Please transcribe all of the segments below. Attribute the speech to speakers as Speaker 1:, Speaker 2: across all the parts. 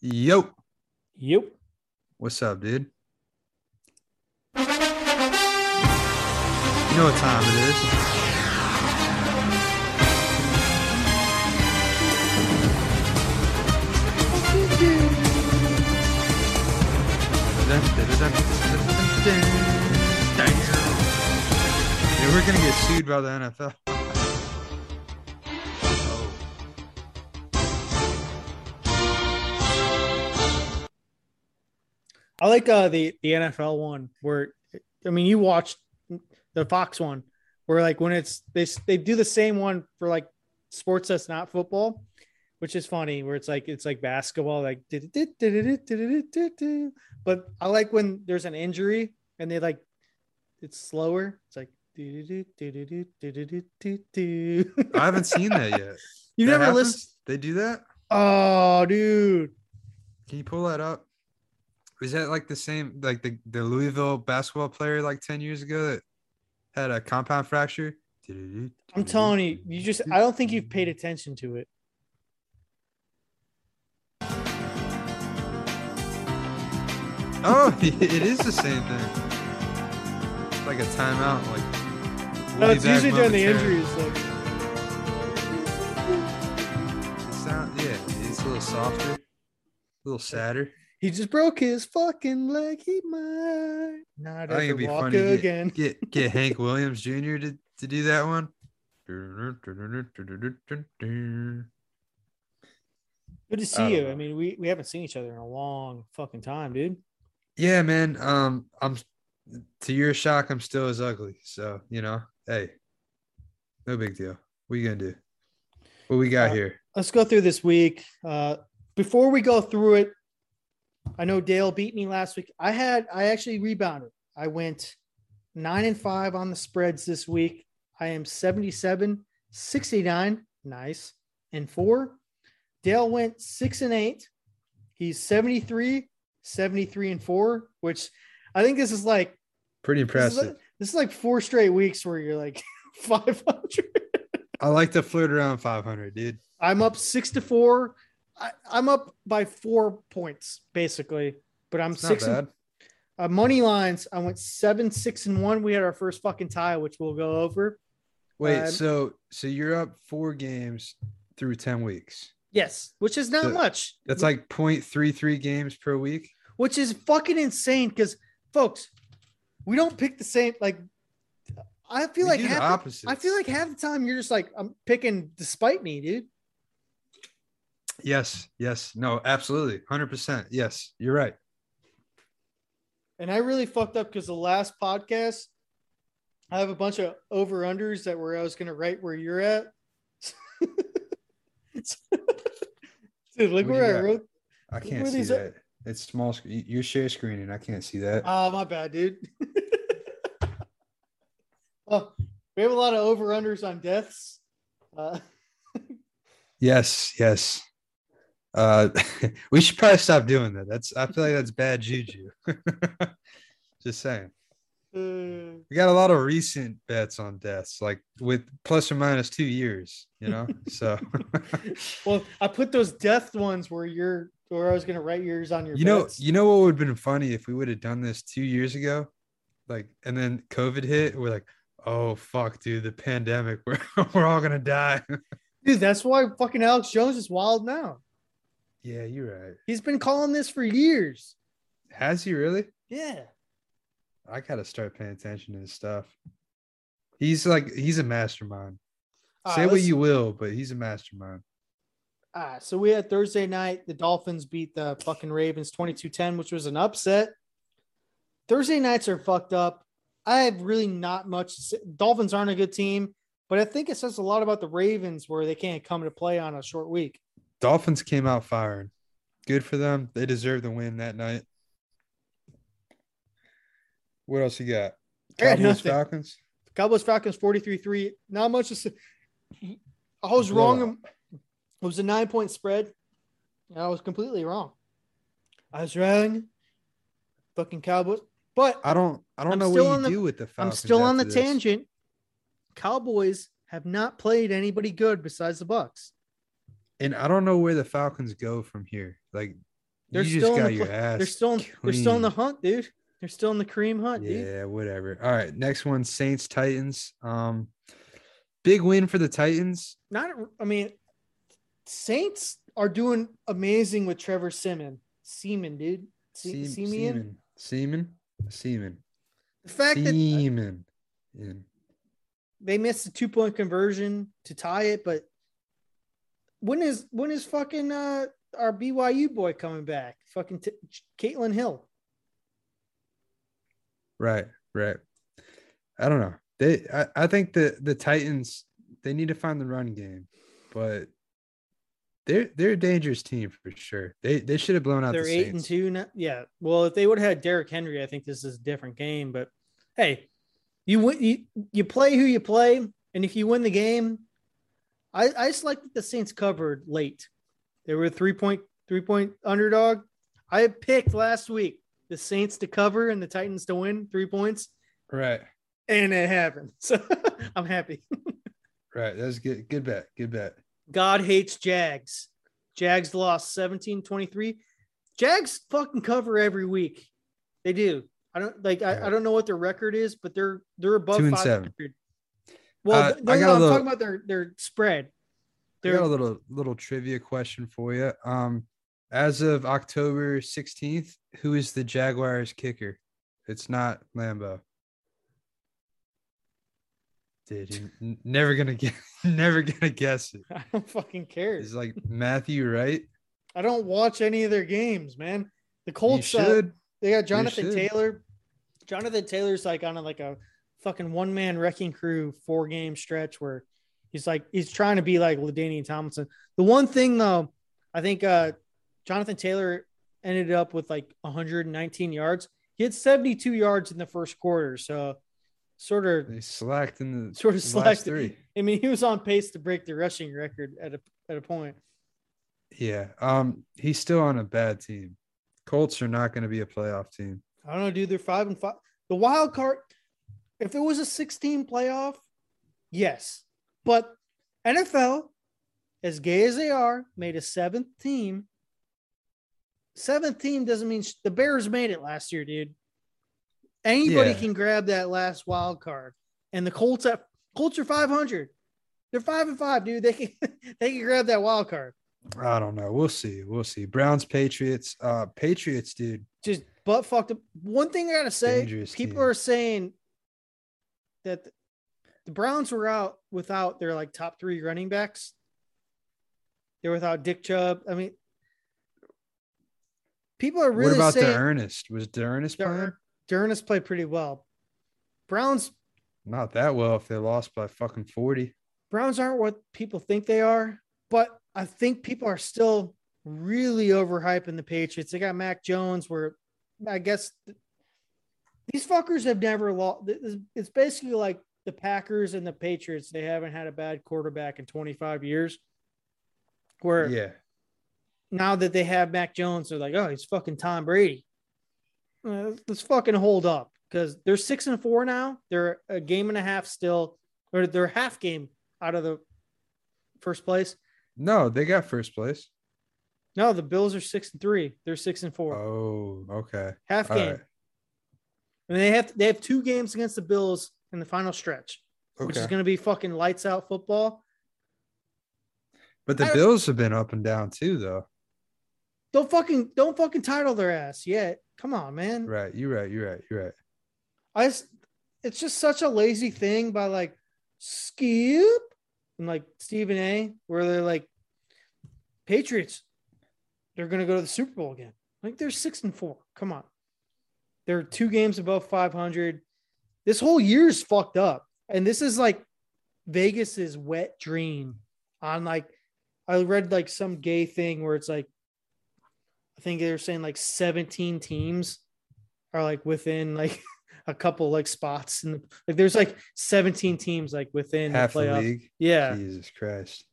Speaker 1: Yo,
Speaker 2: Yep.
Speaker 1: what's up, dude? You know what time it is. Damn. Dude, we're gonna get sued by the NFL.
Speaker 2: I like uh, the the NFL one where I mean you watched the Fox one where like when it's they they do the same one for like sports that's not football, which is funny where it's like it's like basketball like but I like when there's an injury and they like it's slower. It's like
Speaker 1: I
Speaker 2: you
Speaker 1: haven't seen that yet. That
Speaker 2: never
Speaker 1: happens?
Speaker 2: listen.
Speaker 1: They do that?
Speaker 2: Oh, dude.
Speaker 1: Can you pull that up? Is that like the same like the, the Louisville basketball player like 10 years ago that had a compound fracture? Mm-hmm.
Speaker 2: I'm telling you, you just I don't think you've paid attention to it.
Speaker 1: Oh, it is the same thing. It's like a timeout, like
Speaker 2: No, Oh, it's
Speaker 1: way back
Speaker 2: usually during the
Speaker 1: momentarily.
Speaker 2: injuries. Like,
Speaker 1: It's not, yeah, it's a little softer, a little sadder.
Speaker 2: he just broke his fucking leg. He might not
Speaker 1: I think
Speaker 2: ever
Speaker 1: it'd be
Speaker 2: walk
Speaker 1: funny to
Speaker 2: again.
Speaker 1: Get get Hank Williams Jr. to, to do that one.
Speaker 2: Good to see
Speaker 1: don't
Speaker 2: you.
Speaker 1: know.
Speaker 2: I mean, we, we haven't seen each other in a long fucking time, dude.
Speaker 1: Yeah, man. Um, I'm to your shock, I'm still as ugly. So you know, hey, no big deal. What you gonna do? What we got
Speaker 2: Uh,
Speaker 1: here?
Speaker 2: Let's go through this week. Uh, before we go through it, I know Dale beat me last week. I had I actually rebounded. I went nine and five on the spreads this week. I am 77, 69, nice, and four. Dale went six and eight. He's 73, 73 and four, which I think this is like
Speaker 1: Pretty
Speaker 2: this is,
Speaker 1: impressive.
Speaker 2: like this is like four straight weeks where you're like 500.
Speaker 1: I like to flirt around 500, dude.
Speaker 2: I'm up six to four. I, I'm up by four points basically, but I'm
Speaker 1: It's not
Speaker 2: six.
Speaker 1: bad.
Speaker 2: And, uh, money lines. I went seven, six, and one. We had our first fucking tie, which we'll go over.
Speaker 1: Wait,
Speaker 2: um,
Speaker 1: so so you're up four games through 10 weeks.
Speaker 2: Yes, which is not
Speaker 1: The-
Speaker 2: much.
Speaker 1: That's like 0.33 games per week.
Speaker 2: which is fucking insane. Because folks, we don't pick the same. Like, I feel
Speaker 1: We
Speaker 2: like
Speaker 1: do the
Speaker 2: half,
Speaker 1: opposite.
Speaker 2: I feel like half the time you're just like I'm picking despite me, dude.
Speaker 1: yes, yes, no, absolutely, 100. percent Yes, you're right.
Speaker 2: And I really fucked up because the last podcast, I have a bunch of over unders that were I was gonna write where you're at. Dude, look
Speaker 1: What do
Speaker 2: where
Speaker 1: you
Speaker 2: I
Speaker 1: got?
Speaker 2: wrote.
Speaker 1: I can't
Speaker 2: Where
Speaker 1: see
Speaker 2: these
Speaker 1: that. It's small. sc- you- You're share screening. I can't see that.
Speaker 2: Ah, my bad, dude. well, we have a lot of over unders on deaths. Uh,
Speaker 1: Yes, yes. Uh, we should probably stop doing that. That's I feel like that's bad juju. Just saying.
Speaker 2: uh,
Speaker 1: We got a lot of recent bets on deaths, like with plus or minus two years, you know. So
Speaker 2: well, I put those death ones where you're where I was gonna write yours on your
Speaker 1: you know,
Speaker 2: bets.
Speaker 1: you know what would have been funny if we would have done this two years ago, like, and then COVID hit. We're like, oh fuck, dude, the pandemic. We're we're all gonna die.
Speaker 2: dude, that's why fucking Alex Jones is wild now.
Speaker 1: yeah, you're right.
Speaker 2: He's been calling this for years.
Speaker 1: Has he really?
Speaker 2: Yeah.
Speaker 1: I gotta start paying attention to his stuff. He's like he's a mastermind.
Speaker 2: All
Speaker 1: Say
Speaker 2: right,
Speaker 1: what
Speaker 2: Ah, let's-
Speaker 1: you will, but he's a mastermind.
Speaker 2: All right, Ah, so we had Thursday night. The Dolphins beat the fucking Ravens 22-10, which was an upset. Thursday nights are fucked up. I have really not much. to say- Dolphins aren't a good team, but I think it says a lot about the Ravens where they can't come to play on a short week.
Speaker 1: Dolphins came out firing. Good for them. They deserve the win that night. What else you got?
Speaker 2: I got
Speaker 1: Cowboys
Speaker 2: nothing.
Speaker 1: Falcons.
Speaker 2: Cowboys Falcons 43-3. Not much to say. I was
Speaker 1: Blowout.
Speaker 2: wrong. It was a nine-point spread. And I was completely wrong. I was wrong. Fucking Cowboys. But
Speaker 1: I don't I don't
Speaker 2: I'm
Speaker 1: know
Speaker 2: still
Speaker 1: what
Speaker 2: on
Speaker 1: you
Speaker 2: the-
Speaker 1: do with the
Speaker 2: I'm
Speaker 1: Falcons.
Speaker 2: still on the
Speaker 1: after this.
Speaker 2: tangent. Cowboys have not played anybody good besides the Bucks.
Speaker 1: And I don't know where the Falcons go from here. Like
Speaker 2: They're
Speaker 1: you
Speaker 2: still
Speaker 1: just
Speaker 2: in
Speaker 1: got
Speaker 2: the
Speaker 1: your
Speaker 2: pla-
Speaker 1: ass.
Speaker 2: They're still in, they're still in the
Speaker 1: cleaned.
Speaker 2: hunt, dude. They're still in the cream hunt, dude.
Speaker 1: Yeah, whatever. All right, next one: Saints Titans. Um, big win for the Titans.
Speaker 2: not I mean Saints are doing amazing with Trevor Simeon. Seaman, dude. Se-
Speaker 1: Seam-
Speaker 2: Simeon.
Speaker 1: Seaman, Seaman,
Speaker 2: The fact that
Speaker 1: Seaman. Yeah.
Speaker 2: they missed the two point conversion to tie it, but when is when is fucking uh our BYU boy coming back? Fucking t- Caitlin Hill.
Speaker 1: Right, right. I don't know. They, I, I think the the Titans they need to find the run game, but they're they're a dangerous team for sure. They they should have blown out
Speaker 2: They're
Speaker 1: the
Speaker 2: eight and
Speaker 1: Saints.
Speaker 2: two. Now. Yeah. Well, if they would have had Derrick Henry, I think this is a different game. But hey, you win. You, you play who you play, and if you win the game, I I just like that the Saints covered late. They were a three point three point underdog. I picked last week the Saints to cover and the Titans to win three points,
Speaker 1: Right,
Speaker 2: and it happened. So I'm happy.
Speaker 1: right. That's good. Good bet. Good bet.
Speaker 2: God hates Jags. Jags lost 17 23. Jags fucking cover every week. They do. I don't like I, I don't know what their record is, but they're they're above
Speaker 1: Two and
Speaker 2: 500.
Speaker 1: Uh,
Speaker 2: Well,
Speaker 1: I
Speaker 2: no, no,
Speaker 1: got a
Speaker 2: I'm
Speaker 1: little-
Speaker 2: talking about their their spread.
Speaker 1: I got
Speaker 2: Their
Speaker 1: a little little trivia question for you. Um, as of October sixteenth, who is the Jaguars kicker? It's not Lambo. Dude, you n- never gonna get, never gonna guess it.
Speaker 2: I don't fucking care.
Speaker 1: It's like Matthew Wright.
Speaker 2: I don't watch any of their games, man. The
Speaker 1: You
Speaker 2: Colts uh,
Speaker 1: should.
Speaker 2: They got Jonathan
Speaker 1: should.
Speaker 2: Taylor. Jonathan Taylor's like on a, like a fucking one man wrecking crew four game stretch where he's like he's trying to be like Ladainian Tomlinson. The one thing though, I think uh Jonathan Taylor ended up with like 119 yards. He had 72 yards in the first quarter, so sort of
Speaker 1: They slacked in the
Speaker 2: sort of
Speaker 1: last
Speaker 2: slacked.
Speaker 1: three.
Speaker 2: I mean, he was on pace to break the rushing record at a at a point.
Speaker 1: Yeah. Um, he's still on a bad team. Colts are not gonna be a playoff team.
Speaker 2: I don't know, dude. They're five and five. The wild card, if it was a 16 playoff, yes. But NFL, as gay as they are, made a seventh team. Seventh team doesn't mean sh- the Bears made it last year, dude. Anybody
Speaker 1: Yeah.
Speaker 2: can grab that last wild card, and the Colts at Colts are 500. They're five and five, dude. They can they can grab that wild card.
Speaker 1: I don't know. We'll see. We'll see. Browns, Patriots. Uh, Patriots, dude.
Speaker 2: just butt fucked up. One thing I gotta say,
Speaker 1: Dangerous
Speaker 2: people
Speaker 1: team.
Speaker 2: are saying that the Browns were out without their like top three running backs. They're without Dick Chubb. I mean, people are really
Speaker 1: what about the
Speaker 2: saying
Speaker 1: Ernest? Was the Ernest
Speaker 2: the
Speaker 1: playing?
Speaker 2: Ern- Dernis played pretty well. Browns
Speaker 1: Not that well if they lost by fucking 40.
Speaker 2: Browns aren't what people think they are, but I think people are still really overhyping the Patriots. They got Mac Jones, where I guess th- these fuckers have never lost. It's basically like the Packers and the Patriots. They haven't had a bad quarterback in 25 years. Where
Speaker 1: Yeah.
Speaker 2: now that they have Mac Jones, they're like, oh, he's fucking Tom Brady. Uh, let's fucking hold up because they're six and four now. They're a game and a half still, or they're half game out of the first place.
Speaker 1: No, they got first place.
Speaker 2: No, the Bills are six and three. They're six and four,
Speaker 1: Oh, okay.
Speaker 2: half
Speaker 1: All
Speaker 2: game,
Speaker 1: right.
Speaker 2: and they have they have two games against the Bills in the final stretch, which is
Speaker 1: Okay.
Speaker 2: going to be fucking lights out football.
Speaker 1: But the
Speaker 2: I-
Speaker 1: Bills have been up and down too, though.
Speaker 2: Don't fucking don't fucking title their ass yet. Come on, man.
Speaker 1: Right. You're right. You're right. You're right.
Speaker 2: I just, it's just such a lazy thing by like Skip and like Stephen A, where they're like Patriots, they're gonna go to the Super Bowl again. Like they're six and four. Come on, they're two games above five hundred. This whole year's fucked up, and this is like Vegas's wet dream. On like, I read like some gay thing where it's like, I think they were saying like seventeen teams are like within like a couple like spots and like there's like 17 teams like within
Speaker 1: Half
Speaker 2: the
Speaker 1: the
Speaker 2: playoff.
Speaker 1: league.
Speaker 2: Yeah.
Speaker 1: Jesus Christ.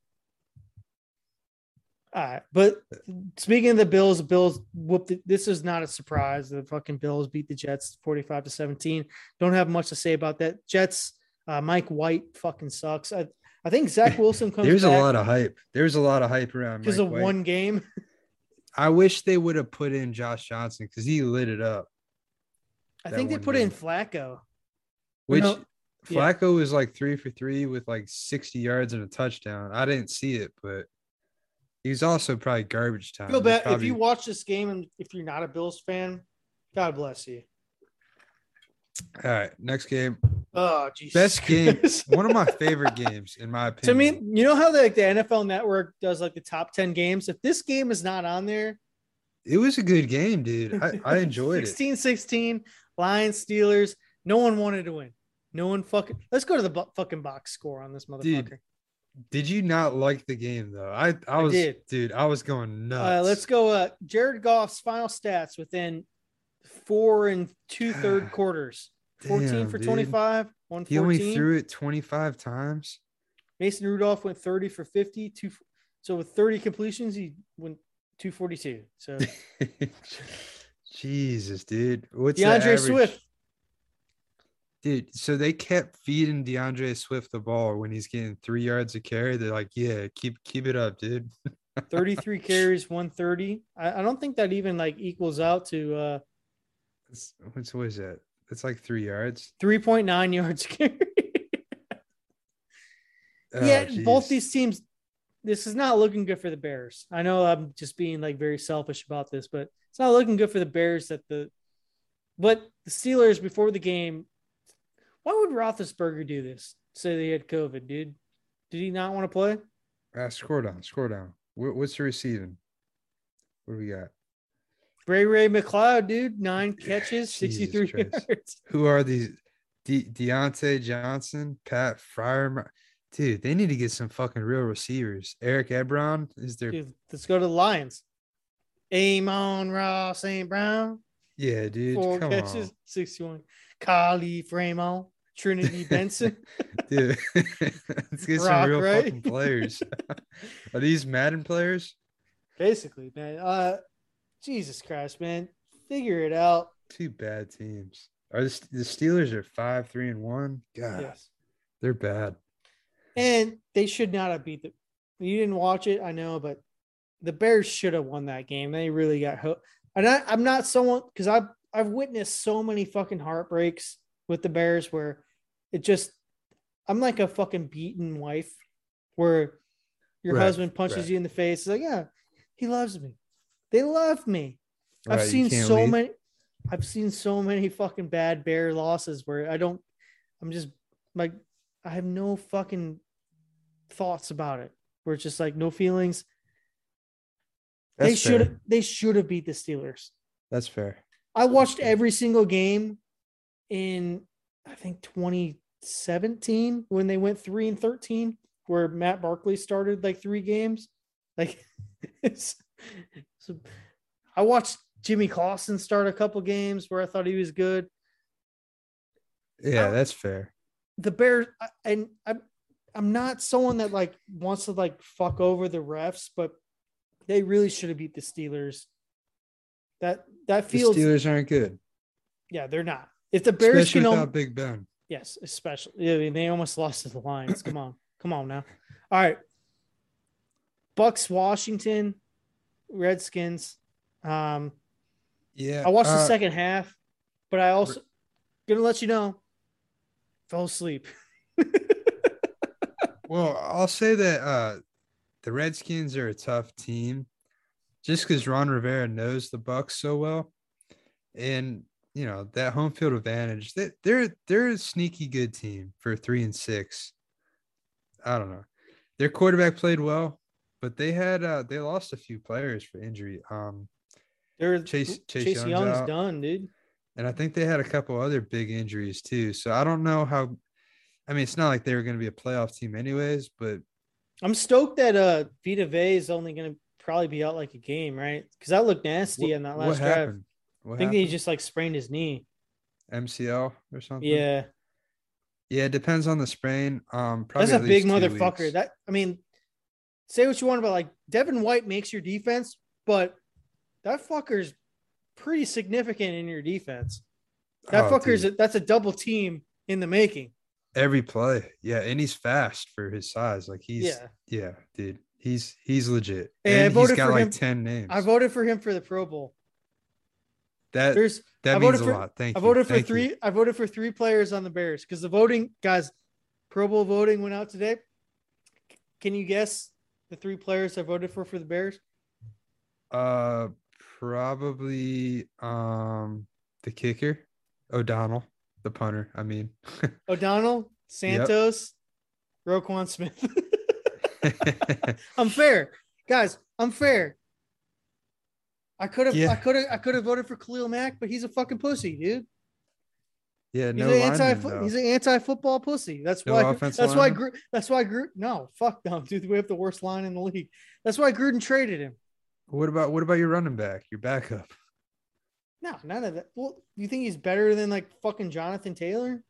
Speaker 2: All right. But
Speaker 1: Uh,
Speaker 2: speaking of the Bills, the Bills whooped it. This is not a surprise. The fucking Bills beat the Jets 45 to 17. Don't have much to say about that. Jets, uh, Mike White fucking sucks. I, I think Zach Wilson comes
Speaker 1: There's a
Speaker 2: back
Speaker 1: lot of hype. There's a lot of hype around
Speaker 2: because
Speaker 1: Mike
Speaker 2: of
Speaker 1: White.
Speaker 2: one game.
Speaker 1: I wish they would have put in Josh Johnson because he lit it up.
Speaker 2: I
Speaker 1: That
Speaker 2: think they
Speaker 1: one
Speaker 2: put
Speaker 1: game.
Speaker 2: in Flacco.
Speaker 1: Which
Speaker 2: No, yeah.
Speaker 1: Flacco was like three for three with like 60 yards and a touchdown. I didn't see it, but he was also probably garbage time.
Speaker 2: Feel
Speaker 1: He
Speaker 2: bad if
Speaker 1: probably-
Speaker 2: you watch this game and if you're not a Bills fan, God bless you.
Speaker 1: All right, next game.
Speaker 2: Oh, Jesus.
Speaker 1: Best game.
Speaker 2: Christ.
Speaker 1: One of my favorite games, in my
Speaker 2: to
Speaker 1: opinion.
Speaker 2: me, you know how like the NFL Network does like the top ten games. If this game is not on there,
Speaker 1: it was a good game, dude. I, I enjoyed it.
Speaker 2: 16, 16, Lions, Steelers. No one wanted to win. No one fucking. Let's go to the bu- fucking box score on this motherfucker.
Speaker 1: Did you not like the game though? I I
Speaker 2: I
Speaker 1: was
Speaker 2: did.
Speaker 1: dude, I was going nuts.
Speaker 2: Uh, let's go. Uh, Jared Goff's final stats within four and two third quarters. 14
Speaker 1: Damn,
Speaker 2: for
Speaker 1: dude.
Speaker 2: 25, one
Speaker 1: He only
Speaker 2: fourteen.
Speaker 1: threw it 25 times.
Speaker 2: Mason Rudolph went 30 for 50. Two, so with 30 completions, he went 242. So
Speaker 1: Jesus, dude. What's the
Speaker 2: DeAndre
Speaker 1: average?
Speaker 2: Swift.
Speaker 1: Dude, so they kept feeding DeAndre Swift the ball when he's getting three yards of carry. They're like, yeah, keep keep it up, dude.
Speaker 2: 33 carries, 130. I, I don't think that even like equals out to uh
Speaker 1: It's, what's what is that? It's like three yards.
Speaker 2: 3.9 yards carry.
Speaker 1: Oh,
Speaker 2: yeah, both
Speaker 1: jeez.
Speaker 2: these teams. This is not looking good for the Bears. I know I'm just being like very selfish about this, but it's not looking good for the Bears that the. But the Steelers before the game, why would Roethlisberger do this? Say they had COVID, dude. Did he not want to play?
Speaker 1: Ah, score down, score down. Wh- What's the receiving? What do we got?
Speaker 2: Ray Ray McLeod, dude, nine catches,
Speaker 1: Jesus
Speaker 2: 63
Speaker 1: Christ.
Speaker 2: yards.
Speaker 1: Who are these? De- Deontay Johnson, Pat Fryer. Dude, they need to get some fucking real receivers. Eric Ebron is their
Speaker 2: Dude, let's go to the Lions. Amon Ross St. Brown.
Speaker 1: yeah, dude.
Speaker 2: four
Speaker 1: come
Speaker 2: catches, 61. Kali Framo, Trinity Benson.
Speaker 1: on, dude. Let's get
Speaker 2: Rock,
Speaker 1: some real
Speaker 2: right?
Speaker 1: fucking players. are these Madden players?
Speaker 2: Basically, man. Uh Jesus Christ, man. Figure it out.
Speaker 1: Two bad teams. Are the, the Steelers are five, three, and one? God,
Speaker 2: Yes.
Speaker 1: they're bad.
Speaker 2: And they should not have beat the you didn't watch it, I know, but the Bears should have won that game. They really got hooked. And I, I'm not someone because I've I've witnessed so many fucking heartbreaks with the Bears where it just I'm like a fucking beaten wife where your
Speaker 1: Right,
Speaker 2: husband punches
Speaker 1: right.
Speaker 2: you in the face. It's like, yeah, he loves me. They love me.
Speaker 1: Right,
Speaker 2: I've
Speaker 1: you
Speaker 2: seen
Speaker 1: can't
Speaker 2: so
Speaker 1: leave.
Speaker 2: many. I've seen so many fucking bad bear losses where I don't. I'm just like I have no fucking thoughts about it. Where it's just like no feelings. they
Speaker 1: That's
Speaker 2: should.
Speaker 1: fair.
Speaker 2: have They should have beat the Steelers.
Speaker 1: That's fair.
Speaker 2: I watched
Speaker 1: fair.
Speaker 2: every single game in I think 2017 when they went three and 13, where Matt Barkley started like three games. Like, it's, so I watched Jimmy Clausen start a couple games where I thought he was good.
Speaker 1: Yeah,
Speaker 2: I-
Speaker 1: that's fair.
Speaker 2: The Bears I- and I'm I'm not someone that like wants to like fuck over the refs, but they really should have beat the Steelers. That that feels
Speaker 1: the Steelers aren't good.
Speaker 2: yeah, they're not. If the Bears
Speaker 1: Especially
Speaker 2: can only,
Speaker 1: without Big Ben.
Speaker 2: Yes, especially. I mean, they almost lost to the Lions. Come on, come on now. All right, Bucks, Washington, Redskins. Um,
Speaker 1: Yeah,
Speaker 2: I watched the
Speaker 1: uh,
Speaker 2: second half, but I also gonna let you know, fell asleep.
Speaker 1: Well, I'll say that uh, the Redskins are a tough team, just because Ron Rivera knows the Bucks so well, and you know that home field advantage. That they're they're a sneaky good team for three and six. I don't know. Their quarterback played well, but they had uh, they lost a few players for injury. Um,
Speaker 2: They're
Speaker 1: Chase- Chase Young's
Speaker 2: Young's
Speaker 1: out.
Speaker 2: done, dude.
Speaker 1: and I think they had a couple other big injuries too. So I don't know how. I mean, it's not like they were going to be a playoff team anyways, but
Speaker 2: I'm stoked that uh Vita Vey is only gonna probably be out like a game, right? Because that looked nasty
Speaker 1: wh-
Speaker 2: on that
Speaker 1: what
Speaker 2: last drive.
Speaker 1: happened? What
Speaker 2: I think
Speaker 1: happened?
Speaker 2: he just like sprained his knee.
Speaker 1: MCL or something.
Speaker 2: Yeah.
Speaker 1: Yeah, it depends on the sprain. Um, probably
Speaker 2: That's a
Speaker 1: at least
Speaker 2: big
Speaker 1: two
Speaker 2: motherfucker.
Speaker 1: weeks.
Speaker 2: That I mean, say what you want about like Devin White makes your defense, but that fucker's pretty significant in your defense. That
Speaker 1: Oh,
Speaker 2: fucker's
Speaker 1: dude,
Speaker 2: that's a double team in the making.
Speaker 1: every play. Yeah, and he's fast for his size. Like he's yeah,
Speaker 2: yeah.
Speaker 1: dude. He's he's legit.
Speaker 2: Hey, I
Speaker 1: and he's
Speaker 2: voted
Speaker 1: got
Speaker 2: for
Speaker 1: like
Speaker 2: him.
Speaker 1: ten names.
Speaker 2: I voted for him for the Pro Bowl.
Speaker 1: that
Speaker 2: There's
Speaker 1: that
Speaker 2: I
Speaker 1: means
Speaker 2: voted
Speaker 1: a
Speaker 2: for-
Speaker 1: lot. Thank
Speaker 2: I
Speaker 1: you.
Speaker 2: voted for
Speaker 1: Thank you.
Speaker 2: three. I voted for three players on the Bears because the voting guys, Pro Bowl voting went out today. Can you guess the three players I voted for for the Bears?
Speaker 1: Uh, probably um the kicker, O'Donnell, the punter. I mean,
Speaker 2: O'Donnell, Santos, Roquan Smith. I'm fair, guys. I'm fair. I could have,
Speaker 1: Yeah.
Speaker 2: I could have, I could have voted for Khalil Mack, but he's a fucking pussy, dude.
Speaker 1: yeah,
Speaker 2: He's
Speaker 1: no
Speaker 2: an
Speaker 1: lineman,
Speaker 2: anti,
Speaker 1: though.
Speaker 2: he's an anti-football pussy. That's
Speaker 1: No
Speaker 2: why.
Speaker 1: offensive
Speaker 2: That's why.
Speaker 1: lineman?
Speaker 2: Gru- that's why. Gru- no, fuck no, dude. We have the worst line in the league. That's why Gruden traded him.
Speaker 1: What about what about your running back, your backup?
Speaker 2: No, none of that. Well, you think he's better than like fucking Jonathan Taylor?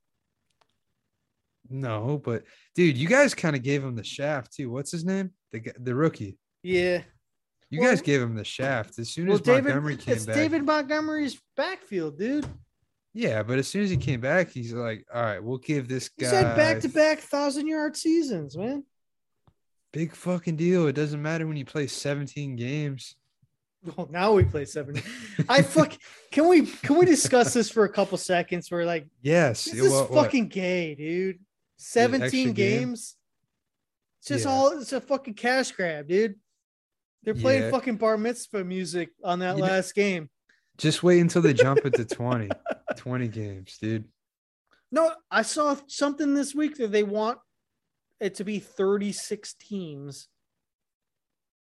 Speaker 1: No, but dude, you guys kind of gave him the shaft too. What's his name? The g- the rookie.
Speaker 2: Yeah.
Speaker 1: You
Speaker 2: Well-
Speaker 1: guys gave him the shaft as soon
Speaker 2: Well,
Speaker 1: as
Speaker 2: David,
Speaker 1: Montgomery came
Speaker 2: it's
Speaker 1: back.
Speaker 2: David Montgomery's backfield, dude.
Speaker 1: Yeah, but as soon as he came back, he's like, "All right, we'll give this
Speaker 2: He's
Speaker 1: guy
Speaker 2: had back-to-back thousand-yard seasons, man.
Speaker 1: big fucking deal. It doesn't matter when you play 17 games."
Speaker 2: Well, Oh, now we play seven. I fuck. Can we can we discuss this for a couple seconds? We're like,
Speaker 1: Yes,
Speaker 2: this
Speaker 1: it
Speaker 2: is
Speaker 1: wa- what?
Speaker 2: fucking gay, dude. Seventeen
Speaker 1: extra game?
Speaker 2: games. It's just
Speaker 1: Yeah.
Speaker 2: all. It's a fucking cash grab, dude. They're playing
Speaker 1: Yeah.
Speaker 2: fucking bar mitzvah music on that
Speaker 1: You know-
Speaker 2: last game.
Speaker 1: Just wait until they jump it to 20, 20 games, dude.
Speaker 2: No, I saw something this week that they want it to be 36 teams.